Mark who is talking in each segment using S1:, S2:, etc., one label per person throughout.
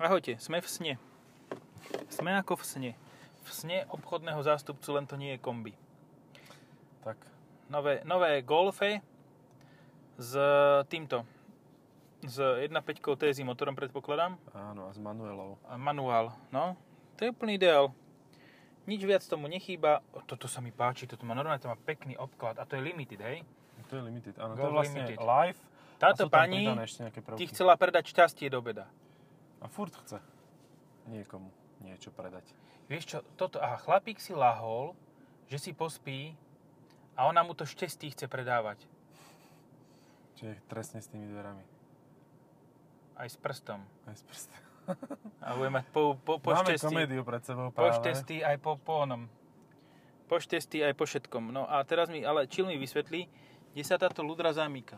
S1: Ahojte, sme v sne. Sme ako v sne. V sne obchodného zástupcu, len to nie je kombi.
S2: Tak,
S1: Nové, nové Golfe s týmto. S 1.5 TSI motorom predpokladám.
S2: áno, a s Manuelou.
S1: A manuál, no. To je úplný ideál. Nič viac tomu nechýba. O, toto sa mi páči, toto má normálne, to má pekný obklad. A to je limited, hej?
S2: To je limited, áno. to
S1: Golf
S2: je vlastne
S1: limited.
S2: live.
S1: Táto
S2: a sú tam
S1: pani
S2: pridané ešte nejaké prvky.
S1: ti chcela predať šťastie do beda.
S2: A furt chce niekomu niečo predať.
S1: Vieš čo, toto, aha, chlapík si lahol, že si pospí a ona mu to šťastie chce predávať.
S2: Čiže trestne s tými dverami.
S1: Aj s prstom.
S2: Aj s prstom.
S1: A bude mať po, po, po
S2: Máme
S1: šťastí.
S2: komédiu pred sebou
S1: Po
S2: práve.
S1: šťastí aj po, po onom. Po šťastí aj po všetkom. No a teraz mi, ale Čil mi vysvetlí, kde sa táto ľudra zamýka.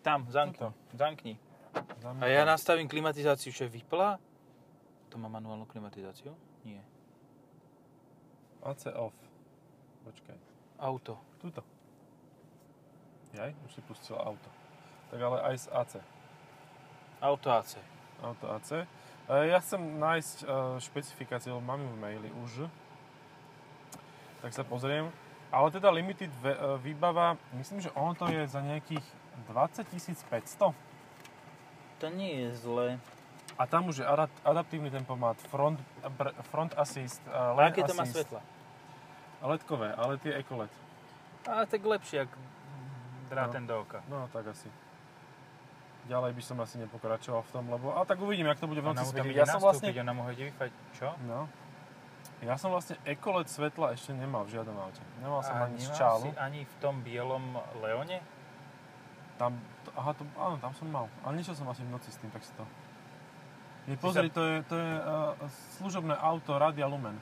S1: Tam, zamkni.
S2: Tuto.
S1: Zamkni.
S2: Zamykam.
S1: A ja nastavím klimatizáciu, čo je vypla? To má manuálnu klimatizáciu? Nie.
S2: AC off. Počkaj.
S1: Auto.
S2: Tuto. Jaj, už si pustil auto. Tak ale aj s AC.
S1: Auto AC.
S2: Auto AC. E, Ja chcem nájsť e, špecifikáciu, lebo mám ju v maili už. Tak sa pozriem. Ale teda Limited ve- e, výbava, myslím, že ono to je za nejakých 20 500.
S1: To nie je zlé.
S2: A tam už je adap- adaptívny tempomat, front, br- front assist, e, lane
S1: Aké to má
S2: assist.
S1: svetla?
S2: LEDkové, ale tie ecoLED.
S1: A tak lepšie, ak dá
S2: No.
S1: ten do oka.
S2: No tak asi. Ďalej by som asi nepokračoval v tom, lebo... A tak uvidím, jak to bude v
S1: Ona
S2: noci
S1: mu tam
S2: svietiť.
S1: ide
S2: Ja som vlastne...
S1: ona mu ho ide vyfať. Čo?
S2: No. Ja som vlastne ecoLED svetla ešte nemal v žiadnom aute. Nemal som
S1: A
S2: ani z
S1: nemal
S2: čálu.
S1: si ani v tom bielom Leone?
S2: Tam, to, aha, to, áno, tam som mal. Ale nešiel som asi v noci s tým, tak si to... Je, pozri, to je, to je uh, služobné auto Radia Lumen.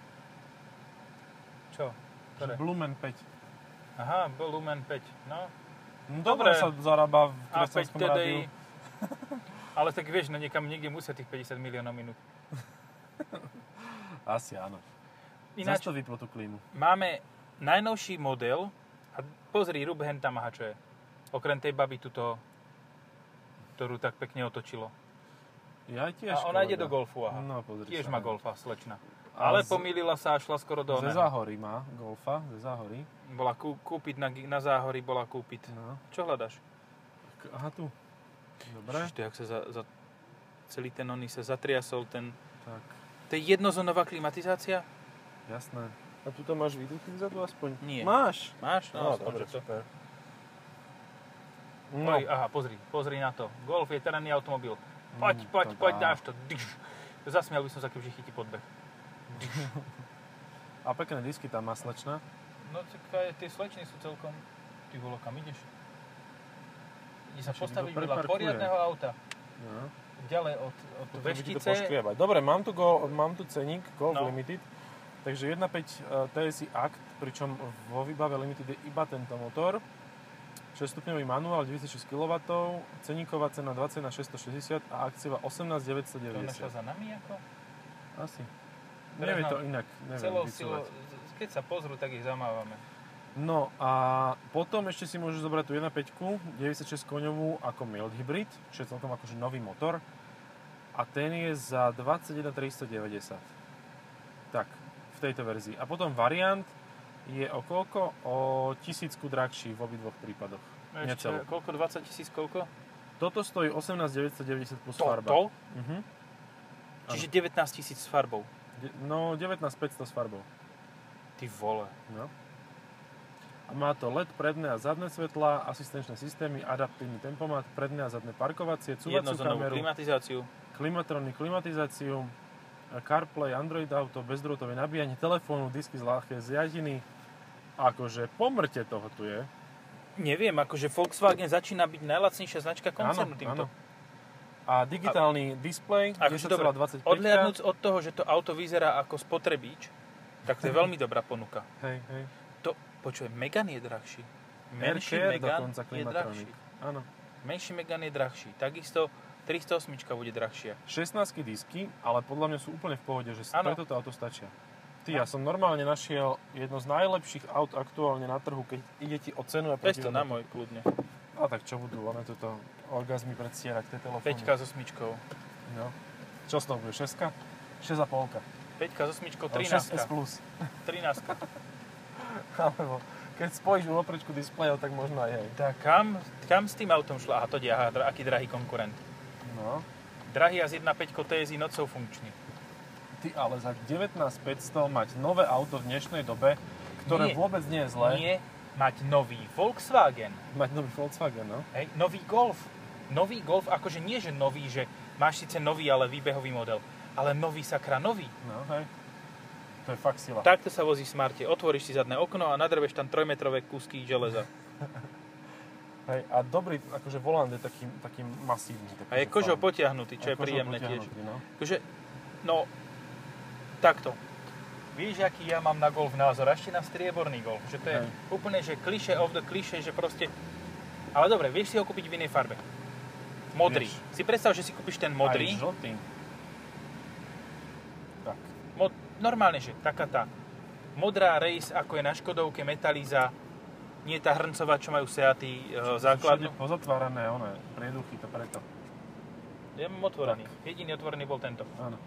S1: Čo? Ktoré?
S2: Lumen 5.
S1: Aha, bol Lumen 5. No,
S2: No,
S1: Dobre.
S2: dobre. sa zarába v
S1: A5
S2: kresťanskom rádiu.
S1: TDI. Ale tak vieš, no niekam niekde musia tých 50 miliónov minút.
S2: Asi áno. Ináč...
S1: Ináč
S2: Zas to vyplo tú klímu.
S1: máme najnovší model a pozri, rub hen tam, aha, čo je. Okrem tej baby tuto, ktorú tak pekne otočilo.
S2: Ja tiež,
S1: a ona
S2: kolega.
S1: ide do golfu, aha.
S2: No, pozri
S1: Tiež
S2: sa,
S1: má
S2: áno.
S1: golfa, slečna.
S2: A
S1: Ale
S2: z-
S1: pomýlila sa a šla skoro do
S2: Ze
S1: oného.
S2: Záhory má golfa, ze Záhory.
S1: Bola kú, kúpiť na, gi- na záhory, bola kúpiť.
S2: No.
S1: Čo hľadaš?
S2: K- Aha, tu. Dobre,
S1: Čiže to, jak sa za, za, celý ten oný sa zatriasol, ten...
S2: tak,
S1: To je jednozónová klimatizácia?
S2: jasné. A tu to máš výduchy vzadu aspoň?
S1: Nie.
S2: Máš?
S1: Máš? No, no dobre, to,
S2: super.
S1: No. Oj, aha, pozri, pozri na to. Golf je terénny automobil. Poď,
S2: Mm,
S1: poď,
S2: to
S1: poď,
S2: dá.
S1: dáš to. Dyš. Zasmial by som sa, kebyže chytí podbeh.
S2: A pekné disky tam má slečna.
S1: No tak aj tie slečny sú celkom... Ty vole, kam ideš? Ide sa
S2: Ešte
S1: postaviť
S2: niekto
S1: vedľa
S2: preparkuje.
S1: poriadneho auta.
S2: No.
S1: Ďalej od, od
S2: Potom bude No, to
S1: veštice.
S2: poškriebať. Dobre, mám tu, go, mám tu ceník Golf
S1: No.
S2: Limited. Takže 1.5 eh, TSI Act, pričom vo výbave Limited je iba tento motor. 6-stupňový manuál, 96 kW, ceníková cena 20 na 660 a akciová
S1: To našla
S2: 18 990.
S1: za nami ako?
S2: Asi.
S1: Teraz
S2: Nevie
S1: nám
S2: to inak, neviem
S1: Celou silou,
S2: vycúvať.
S1: keď sa pozrú, tak ich zamávame.
S2: No a potom ešte si môžeš zobrať tú 1.5, 96 koňovú ako mild hybrid, čo je celkom akože nový motor. A ten je za 21 390. Tak, v tejto verzii. A potom variant je o koľko? O tisícku drahší v obidvoch prípadoch.
S1: Ešte,
S2: Necelú.
S1: e, koľko? 20 tisíc koľko?
S2: Toto stojí 18 990 plus farba.
S1: Toto?
S2: Mhm.
S1: Čiže 19 tisíc s farbou.
S2: De- No, 19 500 s farbou.
S1: Ty vole.
S2: No. A má to LED, predné a zadné svetlá, asistenčné systémy, adaptívny tempomat, predné a zadné parkovacie, cúvaciu
S1: Jednozónovú
S2: kameru,
S1: klimatizáciu.
S2: klimatrony, klimatizáciu, e, CarPlay, Android Auto, bezdrôtové nabíjanie telefónu, disky z ľahké zjadiny. Akože pomrte toho tu je.
S1: Neviem, akože Volkswagen začína byť najlacnejšia značka koncernu týmto.
S2: A digitálny displej,
S1: Akože
S2: 10,25.
S1: Odhľadnúc od toho, že to auto vyzerá ako spotrebíč, tak to je veľmi dobrá ponuka.
S2: Hej, hej.
S1: To, počuj, Megan je drahší. Menší
S2: Aircare
S1: Megan
S2: dokonca
S1: je drahší.
S2: klimatronik. Áno.
S1: Menší Megan je drahší. Takisto 308 bude drahšia.
S2: 16 disky, ale podľa mňa sú úplne v pohode, že
S1: Áno.
S2: ano. preto to auto stačia. Ty, ja som normálne našiel jedno z najlepších aut aktuálne na trhu, keď ide ti o cenu a
S1: Bez to na
S2: protihodnotu.
S1: môj kľudne.
S2: A tak čo budú, ono toto orgazmy predstierať, tie telefóny.
S1: 5 s osmičkou.
S2: No. Čo s tou bude? 6? 6,5.
S1: 5 s osmičkou,
S2: 13. 6S
S1: 13.
S2: plus.
S1: 13.
S2: Alebo keď spojíš uloprečku displejov, tak možno aj hej.
S1: Tak kam, kam s tým autom šla? Aha, to je, aha, dra- aký drahý konkurent.
S2: No.
S1: Drahý a z 1.5 TSI nocou funkčný.
S2: Ty ale za 19500 mať nové auto v dnešnej dobe, ktoré
S1: Nie.
S2: vôbec nie je zlé.
S1: Nie mať nový Volkswagen,
S2: Mať nový Volkswagen, no.
S1: hej, nový Golf. Nový Golf, akože nie, že nový, že máš síce nový, ale výbehový model. Ale nový, sakra, nový.
S2: No, hej. To je fakt sila.
S1: Takto sa vozí v smarte. Otvoríš si zadné okno a nadrbeš tam trojmetrové kúsky železa.
S2: Hej. A dobrý, akože volant je taký, taký masívny. Taký,
S1: A je
S2: že
S1: kožo
S2: fajn.
S1: potiahnutý, čo
S2: A
S1: je
S2: kožou
S1: príjemné tiež.
S2: potiahnutý, No.
S1: Takže, no, takto. Vieš, aký ja mám na golf názor? Ešte na strieborný golf. Že to je
S2: Hej.
S1: úplne, že kliše of the kliše, že proste... Ale dobre, vieš si ho kúpiť v inej farbe. Modrý.
S2: Vieš.
S1: Si predstav, že si kúpiš ten modrý.
S2: Aj žltý. Tak.
S1: Mo- normálne, že taká tá modrá race, ako je na Škodovke Metaliza, nie tá hrncová, čo majú Seaty e, základnú.
S2: Všade Pozatvárané, one, prieduchy, to preto.
S1: Ja mám otvorený. Jediný otvorený bol tento.
S2: Áno.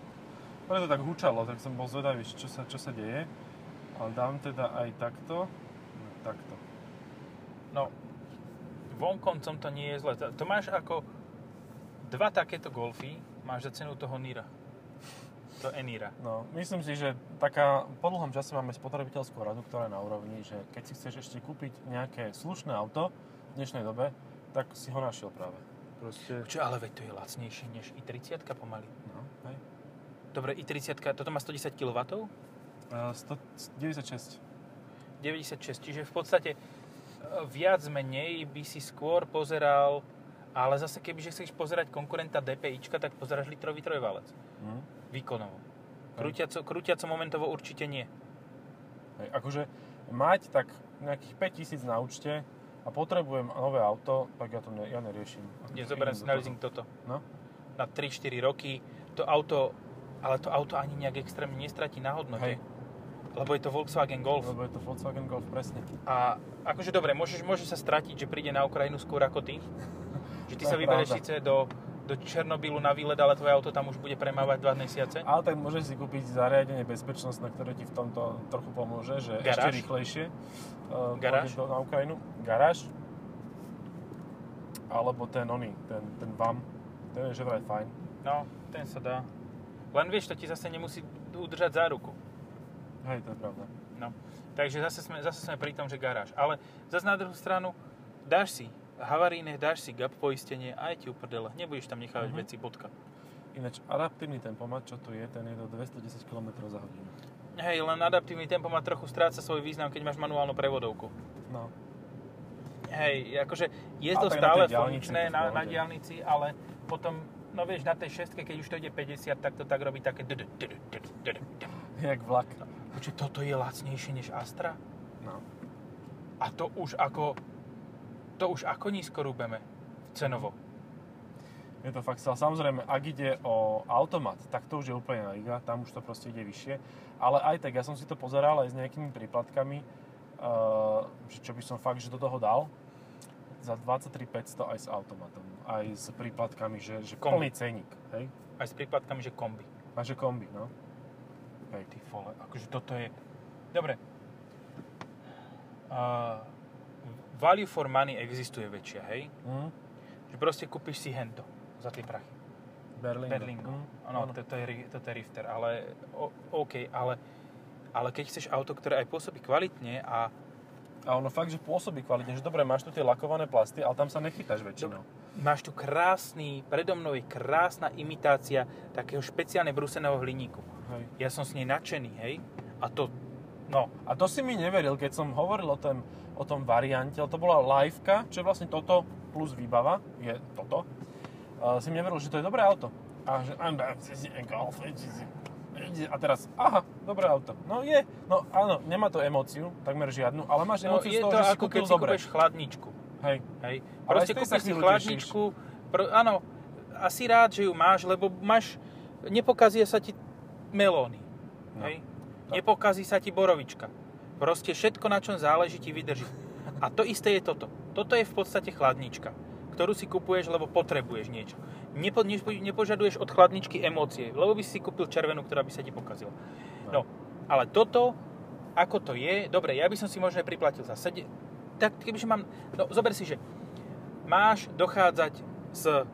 S2: Preto tak hučalo, tak som bol zvedavý, čo sa, čo sa deje. Ale dám teda aj takto. No, Takto.
S1: No, vonkoncom to nie je zle. To to máš ako dva takéto golfy, máš za cenu toho Nira. To Enira.
S2: No, myslím si, že taká, po dlhom čase máme spotrebiteľskú radu, ktorá je na úrovni, že keď si chceš ešte kúpiť nejaké slušné auto v dnešnej dobe, tak si ho našiel práve. Proste,
S1: Čo, ale veď to je lacnejšie než i30 pomaly.
S2: no, hej.
S1: Dobre, i30, toto má 110 kW,
S2: Uh, 196.
S1: 96, čiže v podstate e, viac menej by si skôr pozeral, ale zase kebyže chceš pozerať konkurenta DPIčka, tak pozeráš litrový trojvalec.
S2: Hm?
S1: Výkonovo. Krúťaco, krúťaco momentovo určite nie.
S2: Hej, akože mať tak nejakých 5000 na účte a potrebujem nové auto, tak ja to ne, ja neriešim. Akože
S1: Nezoberiem
S2: idem
S1: si
S2: do
S1: na
S2: toho.
S1: leasing toto.
S2: No,
S1: na 3-4 roky, to auto, ale to auto ani nejak extrémne nestratí na hodnote.
S2: hej, No.
S1: Lebo je to Volkswagen Golf.
S2: lebo je to Volkswagen Golf, presne.
S1: A akože dobre, môžeš, môže sa stratiť, že príde na Ukrajinu skôr ako ty. Že ty
S2: To je
S1: sa vyberieš
S2: pravda.
S1: síce do, do Černobylu na výlet, ale tvoje auto tam už bude premávať 2 mesiace.
S2: Ale tak môžeš si kúpiť zariadenie bezpečnostné, ktoré ti v tomto trochu pomôže, že ešte
S1: Garáž?
S2: rýchlejšie uh,
S1: Garáž?
S2: do, na Ukrajinu. Garáž. Alebo ten oný, ten, ten VAM. Ten je že vraj fajn.
S1: No, ten sa dá. Len vieš, to ti zase nemusí udržať záruku.
S2: Hej, to je pravda.
S1: No. Takže zase sme, zase sme pri tom, že garáž. Ale zase na druhú stranu, dáš si havaríne, dáš si gap poistenie a je ti uprdele. Nebudeš tam nechávať
S2: Mhm.
S1: veci, bodka.
S2: Ináč adaptívny tempomat, čo tu je, ten je do 210 km za hodinu.
S1: Hej, len adaptívny tempo má trochu stráca svoj význam, keď máš manuálnu prevodovku.
S2: No,
S1: Hej, akože je
S2: Ale
S1: to
S2: tak na
S1: stále
S2: tej diaľnici
S1: funkčné
S2: to v
S1: na,
S2: pohode.
S1: na diálnici, ale potom, no vieš, na tej šestke, keď už to ide 50, tak to tak robí také... ddu, ddu, ddu, ddu, ddu, ddu.
S2: jak vlak.
S1: Počuj, toto je lacnejšie než Astra?
S2: No.
S1: A to už ako... To už ako nízko rúbeme cenovo.
S2: Je to fakt sila. Samozrejme, ak ide o automat, tak to už je úplne iná liga, tam už to proste ide vyššie. Ale aj tak, ja som si to pozeral aj s nejakými príplatkami, eh, že čo by som fakt, že do toho dal, za 23 500 aj s automatom, aj s príplatkami, že, že
S1: Kombi.
S2: plný ceník, hej?
S1: Aj s prípadkami, že kombi.
S2: A že kombi, no.
S1: Hej, ty vole, akože toto je... Dobre. Uh, value for money existuje väčšia, hej?
S2: Mm.
S1: Že proste kúpiš si hento za tie prachy.
S2: Berlingo.
S1: Berlingo.
S2: Mm.
S1: Áno,
S2: Áno.
S1: to, to, je, ri- toto je Rifter, ale o, OK, ale, ale keď chceš auto, ktoré aj pôsobí kvalitne a
S2: A ono fakt, že pôsobí kvalitne, že dobre, máš tu tie lakované plasty, ale tam sa nechytáš väčšinou.
S1: máš tu krásny, predo mnou je krásna imitácia takého špeciálne bruseného hliníku.
S2: Hej.
S1: Ja som s nej nadšený, hej? A to, no,
S2: A to si mi neveril, keď som hovoril o tom, o tom variante, ale to bola liveka, čo je vlastne toto plus výbava, je toto. Uh, si mi neveril, že to je dobré auto. A že I'm back, this is a golf, it is a- a teraz, aha, dobré auto. No je, no áno, nemá to emóciu, takmer žiadnu, ale máš
S1: no
S2: emóciu
S1: je
S2: z toho,
S1: to
S2: že si
S1: ako
S2: kúpil
S1: keď si
S2: dobre.
S1: kúpeš chladničku,
S2: Hej,
S1: hej?
S2: Ale
S1: Proste
S2: aj z tej sa
S1: kúpiš si
S2: chvíľu
S1: chladničku, pro, áno, asi rád, že ju máš, lebo máš, nepokazia sa ti melóny,
S2: No.
S1: hej?
S2: Tak.
S1: Nepokazí sa ti borovička. Proste všetko, na čom záleží, ti vydrží. A to isté je toto. Toto je v podstate chladnička, ktorú si kupuješ, lebo potrebuješ niečo. nepo, nepo, nepožaduješ od chladničky emócie, lebo by si kúpil červenú, ktorá by sa ti pokazila. No, ale toto, ako to je, dobre, ja by som si možno aj priplatil za 7, tak kebyže mám, no zober si, že máš dochádzať z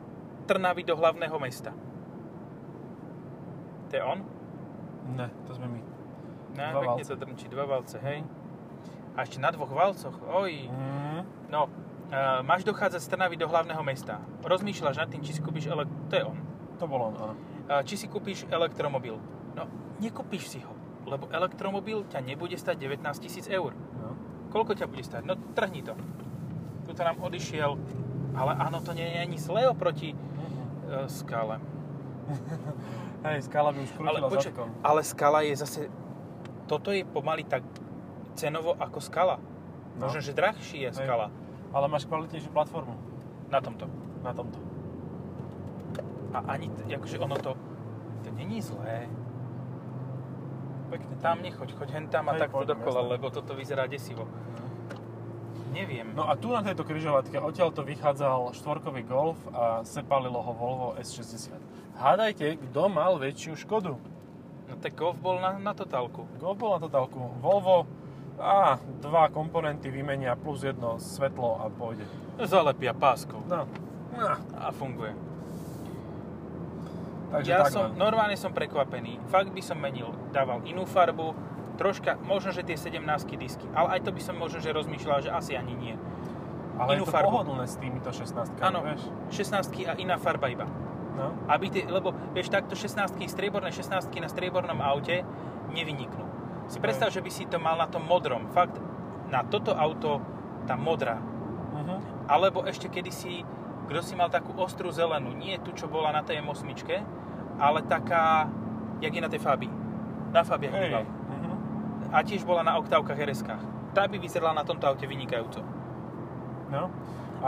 S1: Trnavy do hlavného mesta. To je on?
S2: Ne, to sme my.
S1: No,
S2: Dva
S1: pekne
S2: valce.
S1: to drmčí, dva valce, hej. A ešte na dvoch valcoch, oj.
S2: Mm.
S1: No, e, máš dochádzať z Trnavy do hlavného mesta. Rozmýšľaš nad tým, či si kúpiš ele... To je on.
S2: To bolo on, áno.
S1: E, či si kúpiš elektromobil. No, nekúpiš si ho, lebo elektromobil ťa nebude stať 19 tisíc eur.
S2: No.
S1: Koľko ťa bude stať? No, trhni to. Tuto nám odišiel, ale áno, to nie je ani zlé oproti e,
S2: Mhm,
S1: skale.
S2: Hej, skala by už
S1: Ale,
S2: krútila
S1: počkaj,
S2: zadkom.
S1: ale skala je zase... Toto je pomaly tak cenovo ako skala.
S2: No.
S1: Možno, že drahší je
S2: Hej.
S1: skala
S2: Ale máš kvalitnejšiu platformu
S1: na tomto.
S2: na tomto.
S1: A ani, t- akože ono to, to není zlé.
S2: Pekne
S1: Tam nechoď, choď hen tam a
S2: Hej,
S1: takto
S2: poďme,
S1: dokola,
S2: jasné.
S1: lebo toto vyzerá desivo. Neviem.
S2: No a tu na tejto križovatke odtiaľ to vychádzal štvorkový Golf a sepalilo ho Volvo S60. Hádajte, kto mal väčšiu škodu?
S1: No tak golf bol na, na totálku.
S2: Golf bol na totálku. Volvo a dva komponenty vymenia plus jedno svetlo a pôjde.
S1: Zalepia páskou
S2: No. Ah,
S1: a funguje.
S2: takže
S1: ja
S2: tak,
S1: som,
S2: no.
S1: normálne som prekvapený. Fakt by som menil, dával inú farbu, troška, možno, že tie 17 disky, ale aj to by som možno, že rozmýšľal, že asi ani nie.
S2: Ale
S1: inú
S2: je to
S1: farbu.
S2: pohodlné s týmito 16
S1: Áno.
S2: vieš?
S1: 16 a iná farba iba.
S2: No.
S1: Aby tie, lebo vieš, takto 16 strieborné 16 na striebornom aute nevyniknú. Si predstav, že by si to mal na tom modrom. Fakt, na toto auto tá modrá.
S2: Uh-huh.
S1: Alebo ešte kedysi, kto si mal takú ostrú zelenú. Nie tu, čo bola na tej M8, ale taká, jak je na tej Fabii. Na Fabiach
S2: Hej.
S1: býval.
S2: Uh-huh.
S1: A tiež bola na oktávkach rs Tá by vyzerala na tomto aute vynikajúco.
S2: No. A,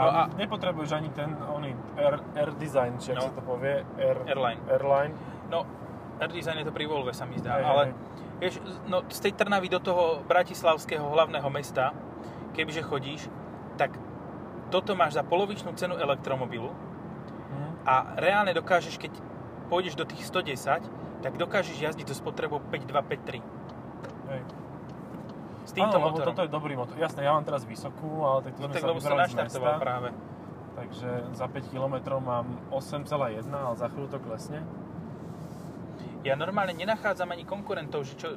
S1: No
S2: a
S1: a-
S2: nepotrebuješ ani ten oný R, R design, či
S1: No.
S2: no. sa to povie, R,
S1: Airline.
S2: Airline.
S1: No, R-Design je to pri Volve, sa mi zdá,
S2: Hej, hej,
S1: ale
S2: hej.
S1: vieš, z- no, z tej Trnavy do toho bratislavského hlavného mesta, kebyže chodíš, tak toto máš za polovičnú cenu elektromobilu
S2: Mhm.
S1: a reálne dokážeš, keď pôjdeš do tých 110, tak dokážeš jazdiť so spotrebou 5253
S2: Hej.
S1: s týmto
S2: Áno, lebo
S1: motorom.
S2: toto je dobrý motor. Jasné, ja mám teraz vysokú, ale tak to
S1: no
S2: sme
S1: tak
S2: sa
S1: lebo som
S2: vybrali z
S1: naštartoval
S2: mesta,
S1: práve.
S2: takže za 5 km mám 8,1, ale za chvíľu to klesne.
S1: Ja normálne nenachádzam ani konkurentov, že čo...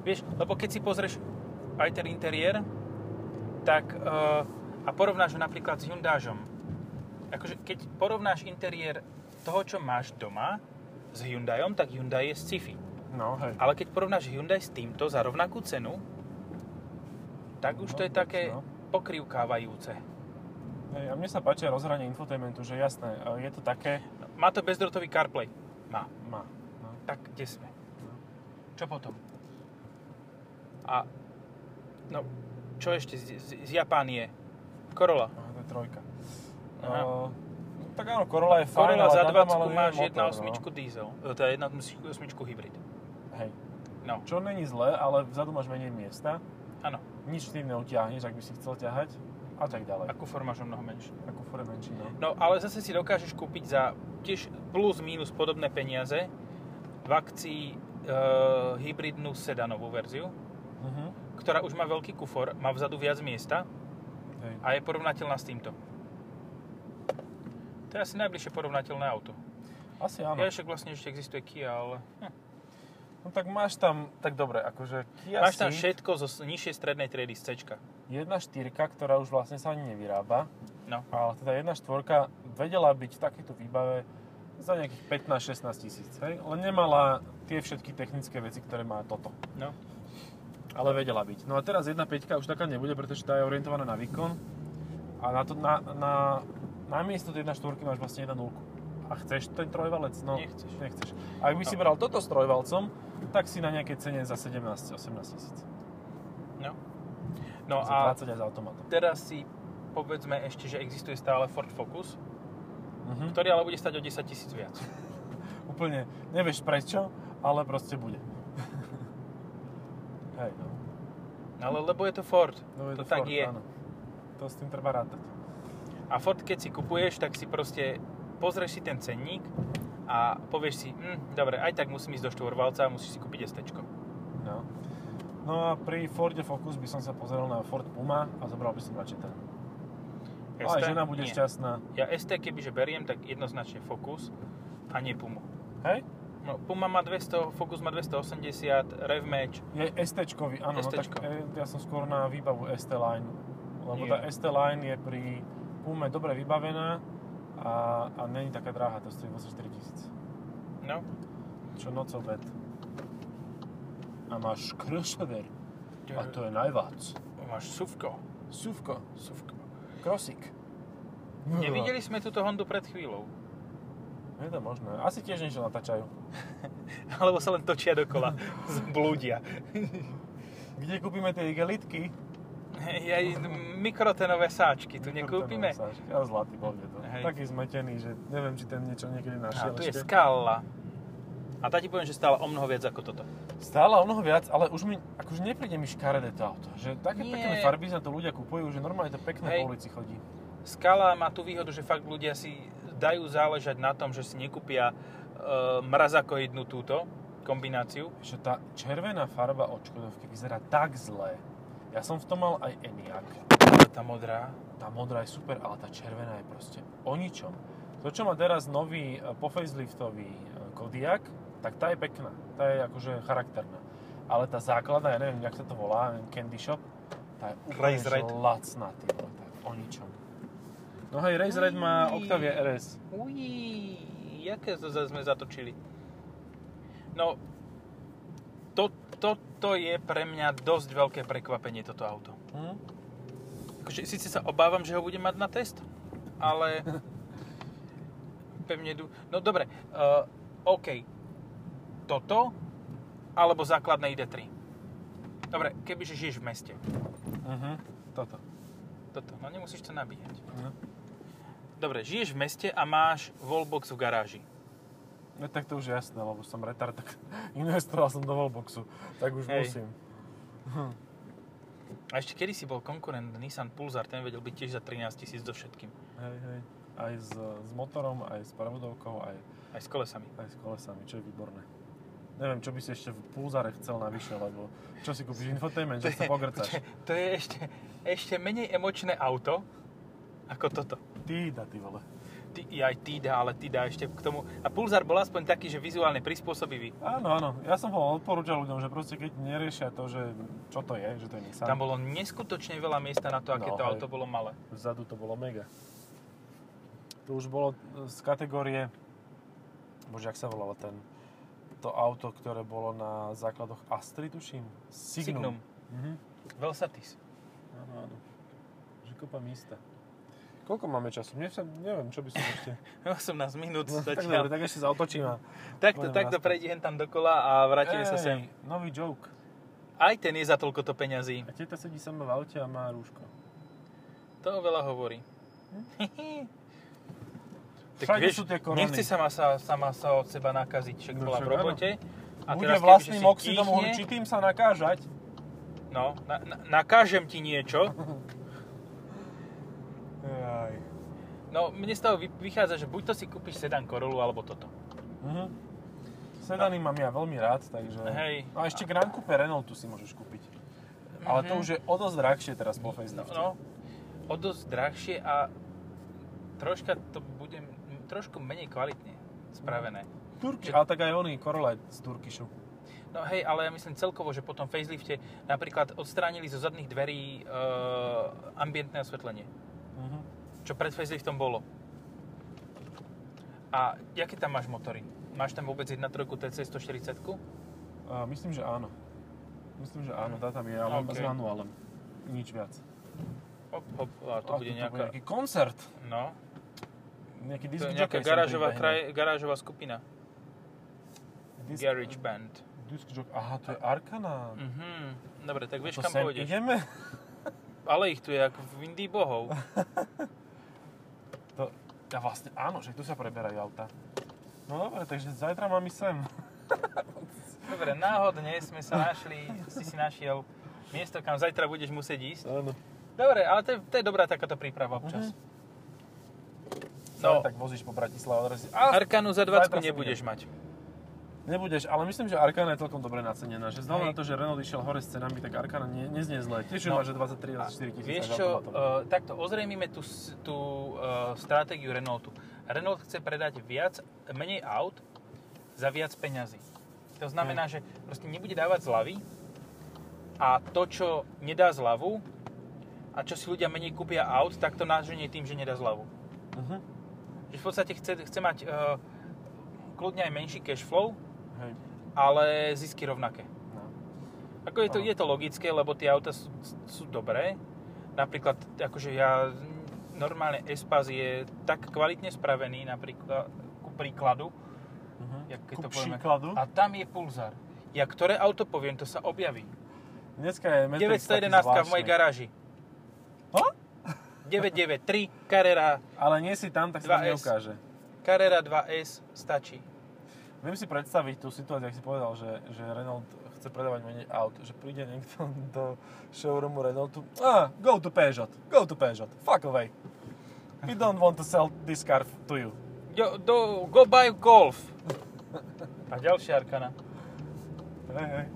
S1: Vieš, lebo keď si pozrieš aj ten interiér, tak... e, a porovnáš ho napríklad s Hyundážom. Akože keď porovnáš interiér toho, čo máš doma s Hyundaiom, tak Hyundai je sci-fi.
S2: No, hej.
S1: Ale keď porovnáš Hyundai s týmto za rovnakú cenu, tak už
S2: No,
S1: to je
S2: tak
S1: také
S2: no.
S1: pokrivkávajúce.
S2: hej. A mne sa páči aj rozhranie infotainmentu, že jasné, e, je to také,
S1: Má to bezdrotový CarPlay? Má.
S2: má. No.
S1: Tak kde sme? Čo potom? A no, čo ešte z, z, z Japánie? Corolla.
S2: Aha, to je trojka.
S1: Aha.
S2: Uh, tak áno, Corolla je fajn,
S1: Corolla
S2: ale
S1: za
S2: tam
S1: 20
S2: ale
S1: máš 1.8
S2: motor,
S1: no. diesel. E, Teda 1.8 hybrid.
S2: No. Hej.
S1: No,
S2: Čo není zle, ale vzadu máš menej miesta.
S1: áno.
S2: Nič tým neutiahneš, ak by si chcel ťahať. A
S1: A
S2: tak ďalej.
S1: kufor máš o mnoho menší.
S2: Ako fore menší, no.
S1: No, ale zase si dokážeš kúpiť za tiež plus minus podobné peniaze v akcii e, hybridnú sedanovú verziu,
S2: Mhm.
S1: ktorá už má veľký kufor, má vzadu viac miesta
S2: Hej.
S1: a je porovnateľná s týmto. To je asi najbližšie porovnateľné auto.
S2: Asi áno.
S1: Ja však vlastne ešte existuje Kia, ale... Hm.
S2: No tak máš tam, tak dobre, akože Kia
S1: Máš tam
S2: Ceed,
S1: všetko zo s- nižšej strednej triedy z C.
S2: jedna štyrka, ktorá už vlastne sa ani nevyrába,
S1: No.
S2: ale teda jedna štvorka vedela byť v takejto výbave za nejakých 15-16 tisíc, hej? Len nemala tie všetky technické veci, ktoré má toto.
S1: no.
S2: Ale vedela byť. No a teraz 1.5 už taká nebude, pretože tá je orientovaná na výkon a na, to, na, na, na miesto tej 1.4 máš vlastne 1.0. A chceš ten trojvalec? No,
S1: Nechceš.
S2: nechceš. A ak by si
S1: No.
S2: bral toto s trojvalcom, tak si na nejakej cene za 17-18 tisíc.
S1: No. No a
S2: za 20 aj s automatom.
S1: teraz si povedzme ešte, že existuje stále Ford Focus,
S2: Mhm.
S1: ktorý ale bude stať o 10 tisíc viac.
S2: Úplne nevieš prečo, ale proste bude. Hej, no.
S1: Ale lebo je to Ford.
S2: no je
S1: to, tak
S2: Ford,
S1: je.
S2: Áno. To s tým treba rátať.
S1: A Ford, keď si kupuješ, tak si proste pozrieš si ten cenník a povieš si, hm, dobre, aj tak musím ísť do štvorvalca a musíš si kúpiť STčko.
S2: No. no a pri Forde Focus by som sa pozrel na Ford Puma a zobral by som radšej ten. No aj žena bude
S1: Nie.
S2: šťastná.
S1: Ja ST, kebyže beriem, tak jednoznačne Focus a nie Pumu.
S2: Hej?
S1: No, Puma má 200, Focus má 280, Revmatch,
S2: Je ST-čkový, áno, no tak
S1: ST-čko.
S2: e, ja som skôr na výbavu ST-Line. Lebo
S1: Je.
S2: tá ST-Line je pri Pume dobre vybavená a, a není taká drahá, to stojí 24 tisíc.
S1: no,
S2: Čo noc obed. A máš crossover. A to je najviac.
S1: máš SUVko.
S2: Suvko.
S1: SUVko.
S2: No, Krosik. no.
S1: Nevideli sme túto Hondu pred chvíľou,
S2: Je to možné. Asi tiež niečo natáčajú.
S1: alebo sa len točia dokola, zblúdia.
S2: Kde kúpime tie igelitky?
S1: Aj mikrotenové sáčky tu nekúpime.
S2: Ja zlatý bol je to.
S1: Hej.
S2: Taký zmetený, že neviem, či ten niečo niekedy
S1: A
S2: našiel.
S1: tu je
S2: ešte.
S1: skala. A tá ti poviem, že stála o mnoho viac ako toto.
S2: Stále o mnoho viac, ale už mi, akože nepríde mi škaredé to auto. Že také
S1: Nie.
S2: pekné farby za to ľudia kupujú, že normálne to pekné
S1: Hej.
S2: po ulici chodí.
S1: Skala má tú výhodu, že fakt ľudia si dajú záležať na tom, že si nekúpia e, mrazakoidnú túto kombináciu.
S2: Že tá červená farba od Škodovky vyzerá tak zle. Ja som v tom mal aj Enyaq.
S1: Ale tá modrá,
S2: Tá modrá je super, ale tá červená je proste o ničom. To, čo má teraz nový e, po faceliftový e, Kodiaq, tak tá je pekná. Tá je akože charakterná. Ale tá základná, ja neviem, jak sa to volá, neviem, Candy Shop, tá je úplne
S1: Raze Red.
S2: lacná, ty vole, tá je o ničom. No hej, Race Red má
S1: Ují.
S2: Octavia RS.
S1: Ují, jaké to zase sme zatočili. No, to, toto je pre mňa dosť veľké prekvapenie, toto auto.
S2: Hm?
S1: Akože, síce sa obávam, že ho budem mať na test, ale pevne idú. No dobre, uh, OK. Toto alebo základné ID3. Dobre, kebyže žiješ v meste.
S2: Mhm, toto.
S1: Toto, no nemusíš to nabíjať.
S2: No.
S1: Dobre, žiješ v meste a máš wallbox v garáži.
S2: No tak to už je jasné, lebo som retard, tak investoval som do Volboxu, tak už
S1: Hej.
S2: musím.
S1: A ešte kedy si bol konkurent Nissan Pulsar, ten vedel byť tiež za 13 tisíc so všetkým.
S2: Hej, hej. Aj s, s motorom, aj s pravodovkou, aj,
S1: Aj s kolesami.
S2: aj s kolesami, čo je výborné. Neviem, čo by si ešte v Pulzare chcel navyše, lebo čo si kúpiš infotainment, že sa pogrcaš.
S1: To je ešte, ešte menej emočné auto ako toto.
S2: Ty da, ty vole.
S1: Ty, aj Tida, ale Tida ešte k tomu. A Pulsar bol aspoň taký, že vizuálne prispôsobivý.
S2: Áno, áno, ja som ho odporúčal ľuďom, že proste keď neriešia to, že čo to je, že to je Nissan,
S1: Tam bolo neskutočne veľa miesta na to, aké
S2: No,
S1: to
S2: hej.
S1: auto bolo malé.
S2: vzadu to bolo mega. To už bolo e, z kategórie, bože, jak sa volalo ten, to auto, ktoré bolo na základoch Astry, tuším?
S1: Signum.
S2: Signum. Mhm.
S1: Velsatis.
S2: Áno, áno. Že kopa místa. Koľko máme času? Mne sa, neviem, čo by som ešte...
S1: 18 minút
S2: No, tak dobre,
S1: zatiaľ.
S2: tak ešte zautočím a...
S1: takto,
S2: poďme
S1: takto
S2: naspäť.
S1: prejde hen tam dokola a vrátime sa
S2: Ej,
S1: sem.
S2: Nový joke.
S1: Aj ten je za toľko to peňazí.
S2: A teta sedí sama v aute a má rúško.
S1: To veľa hovorí.
S2: Všade sú tie korony.
S1: nechce sa ma, sa, sama sa od seba nakaziť, však
S2: No
S1: bola
S2: však
S1: v robote.
S2: A Bude
S1: teraz, kebyže
S2: vlastným
S1: si
S2: oxidom
S1: kýchne,
S2: uhličitým sa nakážať.
S1: No, na, na, nakážem ti niečo.
S2: Jaj.
S1: No, mne z toho vy- vychádza, že buď to si kúpiš sedan Corolla, alebo toto.
S2: Mhm. Sedany mám ja veľmi rád, takže...
S1: Hej.
S2: No a ešte Grand Coupe Renaultu si môžeš kúpiť. Ale to
S1: Mhm.
S2: už je o dosť drahšie teraz
S1: No,
S2: po facelifte.
S1: no o dosť drahšie a troška to bude m- trošku menej kvalitne spravené.
S2: Turky, ale tak aj oni, Corolla je z Turkišu.
S1: No hej, ale ja myslím celkovo, že po tom facelifte napríklad odstránili zo zadných dverí e, ambientné osvetlenie,
S2: Mhm.
S1: čo pred faceliftom bolo. A aké tam máš motory? Máš tam vôbec 1.3 TC 140?
S2: A myslím, že áno. Myslím, že áno, tá tam je, ale
S1: OK.
S2: okay. s manuálom. Nič viac.
S1: Hop, hop, a to
S2: A
S1: bude
S2: tu
S1: nejaká...
S2: nejaký koncert.
S1: No,
S2: Nejaký
S1: to
S2: disc
S1: je nejaká
S2: jockey sem
S1: garážová,
S2: pribehne.
S1: kraj, garážová skupina.
S2: Disc,
S1: Garage Band.
S2: Disc jockey. Aha, to je Arkana.
S1: Mhm. Dobre, tak vieš, kam
S2: to sem
S1: pôjdeš.
S2: ideme?
S1: Ale ich tu je ako v Indii bohov.
S2: To, ja vlastne, áno, že tu sa preberajú auta. No dobre, takže zajtra mám ísť sem.
S1: Dobre, náhodne sme sa našli, si si našiel miesto, kam zajtra budeš
S2: No.
S1: musieť ísť.
S2: Áno. Mhm.
S1: Dobre, ale to je, to je dobrá takáto príprava občas. No.
S2: no. tak vozíš po Bratislave. odrazí- A
S1: Arkanu za
S2: Zajtra
S1: 20
S2: sa
S1: nebudeš mať.
S2: nebudeš, ale myslím, že Arkana je celkom dobre nacenená.
S1: Hej.
S2: Že vzhľadom na to, že Renault išiel hore s cenami, tak Arkana nie, neznie zle. Tiež ju
S1: No.
S2: má, že 23 24 tisíc.
S1: Vieš
S2: až
S1: čo,
S2: automatom.
S1: uh, takto ozrejmime tú, s- tú uh, stratégiu Renaultu. Renault chce predať viac, menej aut za viac peňazí. To znamená, že proste nebude dávať zľavy a to, čo nedá zľavu a čo si ľudia menej kúpia aut, tak to náženie tým, že nedá zľavu.
S2: Mhm.
S1: Že v podstate chce, chce mať uh, kľudne aj menší cash flow,
S2: Hej.
S1: ale zisky rovnaké.
S2: No.
S1: Ako je to,
S2: Áno.
S1: je to logické, lebo tie auta sú, sú dobré. Napríklad, akože ja normálne Espas je tak kvalitne spravený, napríklad ku príkladu,
S2: Mhm.
S1: jak keď
S2: Ku
S1: to povieme.
S2: príkladu.
S1: A tam je pulzar. Ja ktoré auto poviem, to sa objaví.
S2: Dneska je Matrix taký
S1: 911 v mojej
S2: zvláštny.
S1: garáži.
S2: No?
S1: 993 Carrera,
S2: Ale nie si tam, tak sa
S1: 2S.
S2: to neukáže.
S1: Carrera 2S stačí.
S2: Viem si predstaviť tú situáciu, ak si povedal, že, že Renault chce predávať menej aut, že príde niekto do showroomu Renaultu, ah, go to Peugeot, go to Peugeot, fuck away. We don't want to sell this car to you.
S1: Jo, do, go buy Golf. A ďalšia Arkana.
S2: Hej, hej.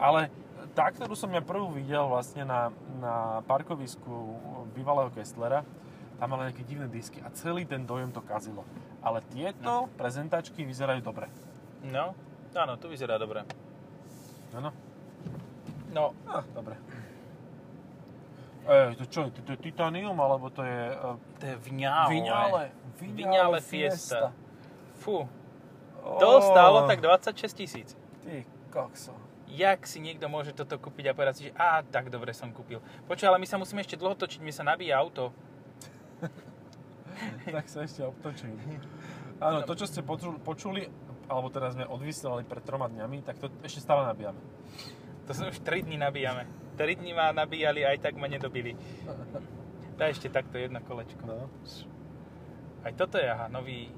S2: Ale tá, ktorú som ja prvú videl vlastne na, na parkovisku bývalého Kesslera, tam mala nejaké divné disky a celý ten dojem to kazilo. Ale tieto prezentačky vyzerajú dobre.
S1: No, áno, to vyzerá dobre.
S2: Áno.
S1: No,
S2: Ah, dobre. Ej, to čo, je? to, to je titanium, alebo to je... Uh,
S1: to je eh. vňále.
S2: vinále.
S1: Vignale Fiesta. Fú,
S2: Oh,
S1: to stálo tak 26 tisíc.
S2: Ty kokso.
S1: Jak si niekto môže toto kúpiť a povedať si, že á, tak dobre som kúpil. Počkaj, ale my sa musíme ešte dlho točiť, mi sa nabíja auto.
S2: tak sa ešte obtočím. Áno, to, čo ste počuli, počuli alebo teraz sme odvysielali pred troma dňami, tak to ešte stále nabíjame.
S1: To sa už 3 dní nabíjame. 3 dní ma nabíjali, aj tak ma nedobili. Dá ešte takto jedno kolečko.
S2: No.
S1: Aj toto je, aha, nový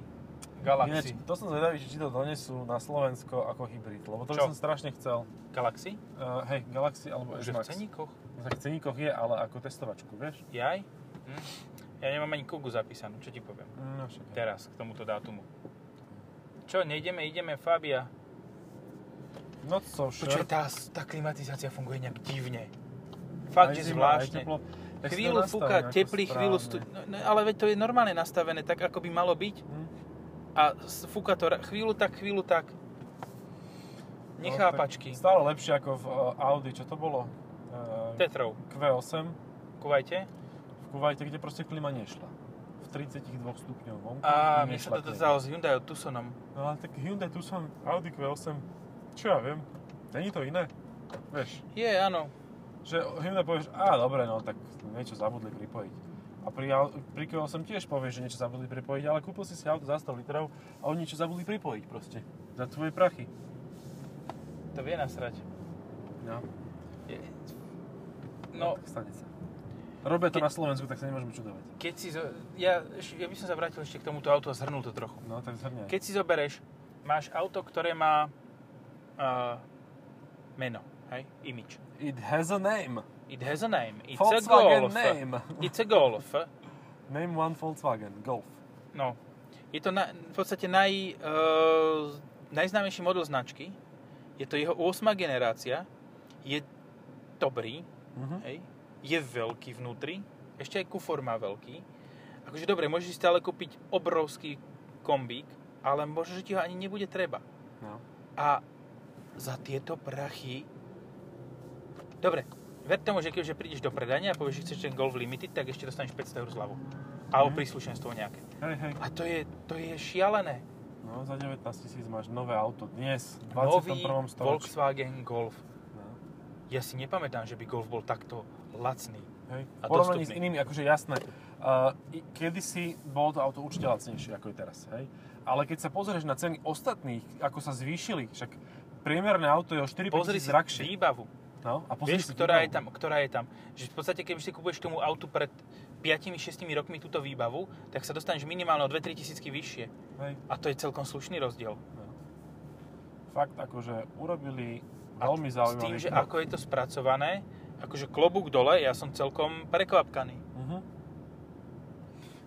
S1: Galaxy.
S2: Ináč, to som zvedavý, že či to donesú na Slovensko ako hybrid, lebo to
S1: Čo?
S2: by som strašne chcel.
S1: Galaxy?
S2: Uh, hej, Galaxy alebo
S1: Už je v
S2: S-Max.
S1: ceníkoch?
S2: Tak v ceníkoch je, ale ako testovačku, vieš?
S1: Jaj? Hm. Ja nemám ani kugu zapísanú, čo ti poviem.
S2: No, však. hej.
S1: Teraz, k tomuto dátumu. Čo, nejdeme, ideme, Fabia.
S2: Not so sure.
S1: Počkaj, tá, tá klimatizácia funguje nejak divne. Fakt,
S2: Aj
S1: že
S2: zima, aj
S1: zvláštne.
S2: teplo. Tak si to
S1: Chvíľu
S2: nastav
S1: fúka
S2: nejako
S1: teplý, chvíľu... Stu...
S2: správne.
S1: No, no, ale veď to je normálne nastavené, tak ako by malo byť.
S2: Hm.
S1: A s- fúka to ra- chvíľu tak, chvíľu tak.
S2: No,
S1: Nechápačky.
S2: tak Stále lepšie ako v e, Audi, čo to bolo? E,
S1: Tetrov,
S2: Q8
S1: kúvajte.
S2: v Kuvajte, kde proste klima nešla. V 32 stupňov vonku.
S1: A mne
S2: nešla
S1: sa to
S2: klima.
S1: zdalo s Hyundai Tucsonom.
S2: No ale tak Hyundai Tucson, Audi Q8, čo ja viem, není to iné? Vieš,
S1: Je, áno.
S2: že Hyundai povieš, a dobre, no tak niečo zabudli pripojiť. A pri, Au- pri Q8 tiež povieš, že niečo zabudli pripojiť, ale kúpil si si auto za 100 litrov a oni niečo zabudli pripojiť proste. Za tvoje prachy.
S1: To vie nasrať.
S2: No.
S1: Je. No,
S2: Tak stane sa. Robia to
S1: Keď-
S2: na Slovensku, tak sa nemôžeme čudovať.
S1: keď si... Zo... Ja, eš- ja by som sa vrátil ešte k tomuto autu a zhrnul to trochu.
S2: No tak zhrňaj.
S1: Keď si zoberieš, máš auto, ktoré má uh, meno, hej? Image.
S2: It has a name.
S1: It has a name. It's a
S2: Volkswagen
S1: Golf.
S2: name.
S1: It's a Golf.
S2: Name one Volkswagen. Golf.
S1: No. Je to na, v podstate naj, uh, najznámejší model značky. Je to jeho 8. generácia. Je dobrý,
S2: Mhm.
S1: hej? Je veľký vnútri. Ešte aj kufor má veľký. Akože dobre, môžeš si stále kúpiť obrovský kombík, ale možno, že ti ho ani nebude treba.
S2: No.
S1: A za tieto prachy... Dobre, ver tomu, že keďže prídeš do predania a povieš, že chceš ten Golf Limited, tak ešte dostaneš 500 eur zľavu. Alebo
S2: Mhm.
S1: príslušenstvo nejaké.
S2: Hej, hej.
S1: A to je, to je šialené.
S2: No, za 19 tisíc máš nové auto dnes, v
S1: Nový
S2: 21. storočí.
S1: Volkswagen Golf.
S2: No.
S1: Ja si nepamätám, že by Golf bol takto lacný.
S2: Hej.
S1: A
S2: V porovnaní s
S1: dostupný.
S2: inými, akože jasné. Uh, i- kedysi bolo to auto určite lacnejšie, ako je teraz. Hej. Ale keď sa pozrieš na ceny ostatných, ako sa zvýšili, však priemerné auto je o 4
S1: Pozri si
S2: tisíc drahšie.
S1: výbavu.
S2: No, a pozri
S1: Vieš,
S2: si
S1: ktorá
S2: výbavu.
S1: je, tam, ktorá je tam. Že v podstate, keď si kúpeš tomu autu pred 5-6 rokmi túto výbavu, tak sa dostaneš minimálne o 2-3 tisícky vyššie.
S2: Hej.
S1: A to je celkom slušný rozdiel.
S2: Fakt, akože urobili
S1: A
S2: veľmi
S1: S
S2: zaujímavý
S1: tým, že
S2: krok.
S1: ako je to spracované, akože klobúk dole, ja som celkom prekvapkaný.
S2: Mhm.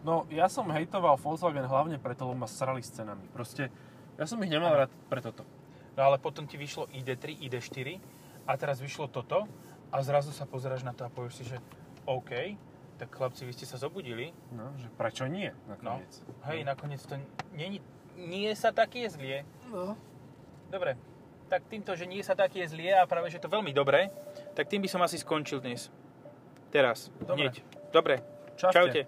S2: No Mhm. No, ja som hejtoval Volkswagen hlavne preto, lebo ma srali s cenami. Proste, ja som ich nemal rád pre toto.
S1: No ale potom ti vyšlo ID3, ID4 a teraz vyšlo toto a zrazu sa pozeráš na to a povieš si, že OK, tak chlapci, vy ste sa zobudili.
S2: No, že prečo nie nakoniec?
S1: Hej, nakoniec to nie, nie sa také zlie.
S2: No.
S1: Dobre, tak týmto, že nie sa také zlie a práve, že to veľmi dobre, tak tým by som asi skončil dnes. Teraz,
S2: Dobre.
S1: hneď. Dobre,
S2: Čaute.
S1: čaute.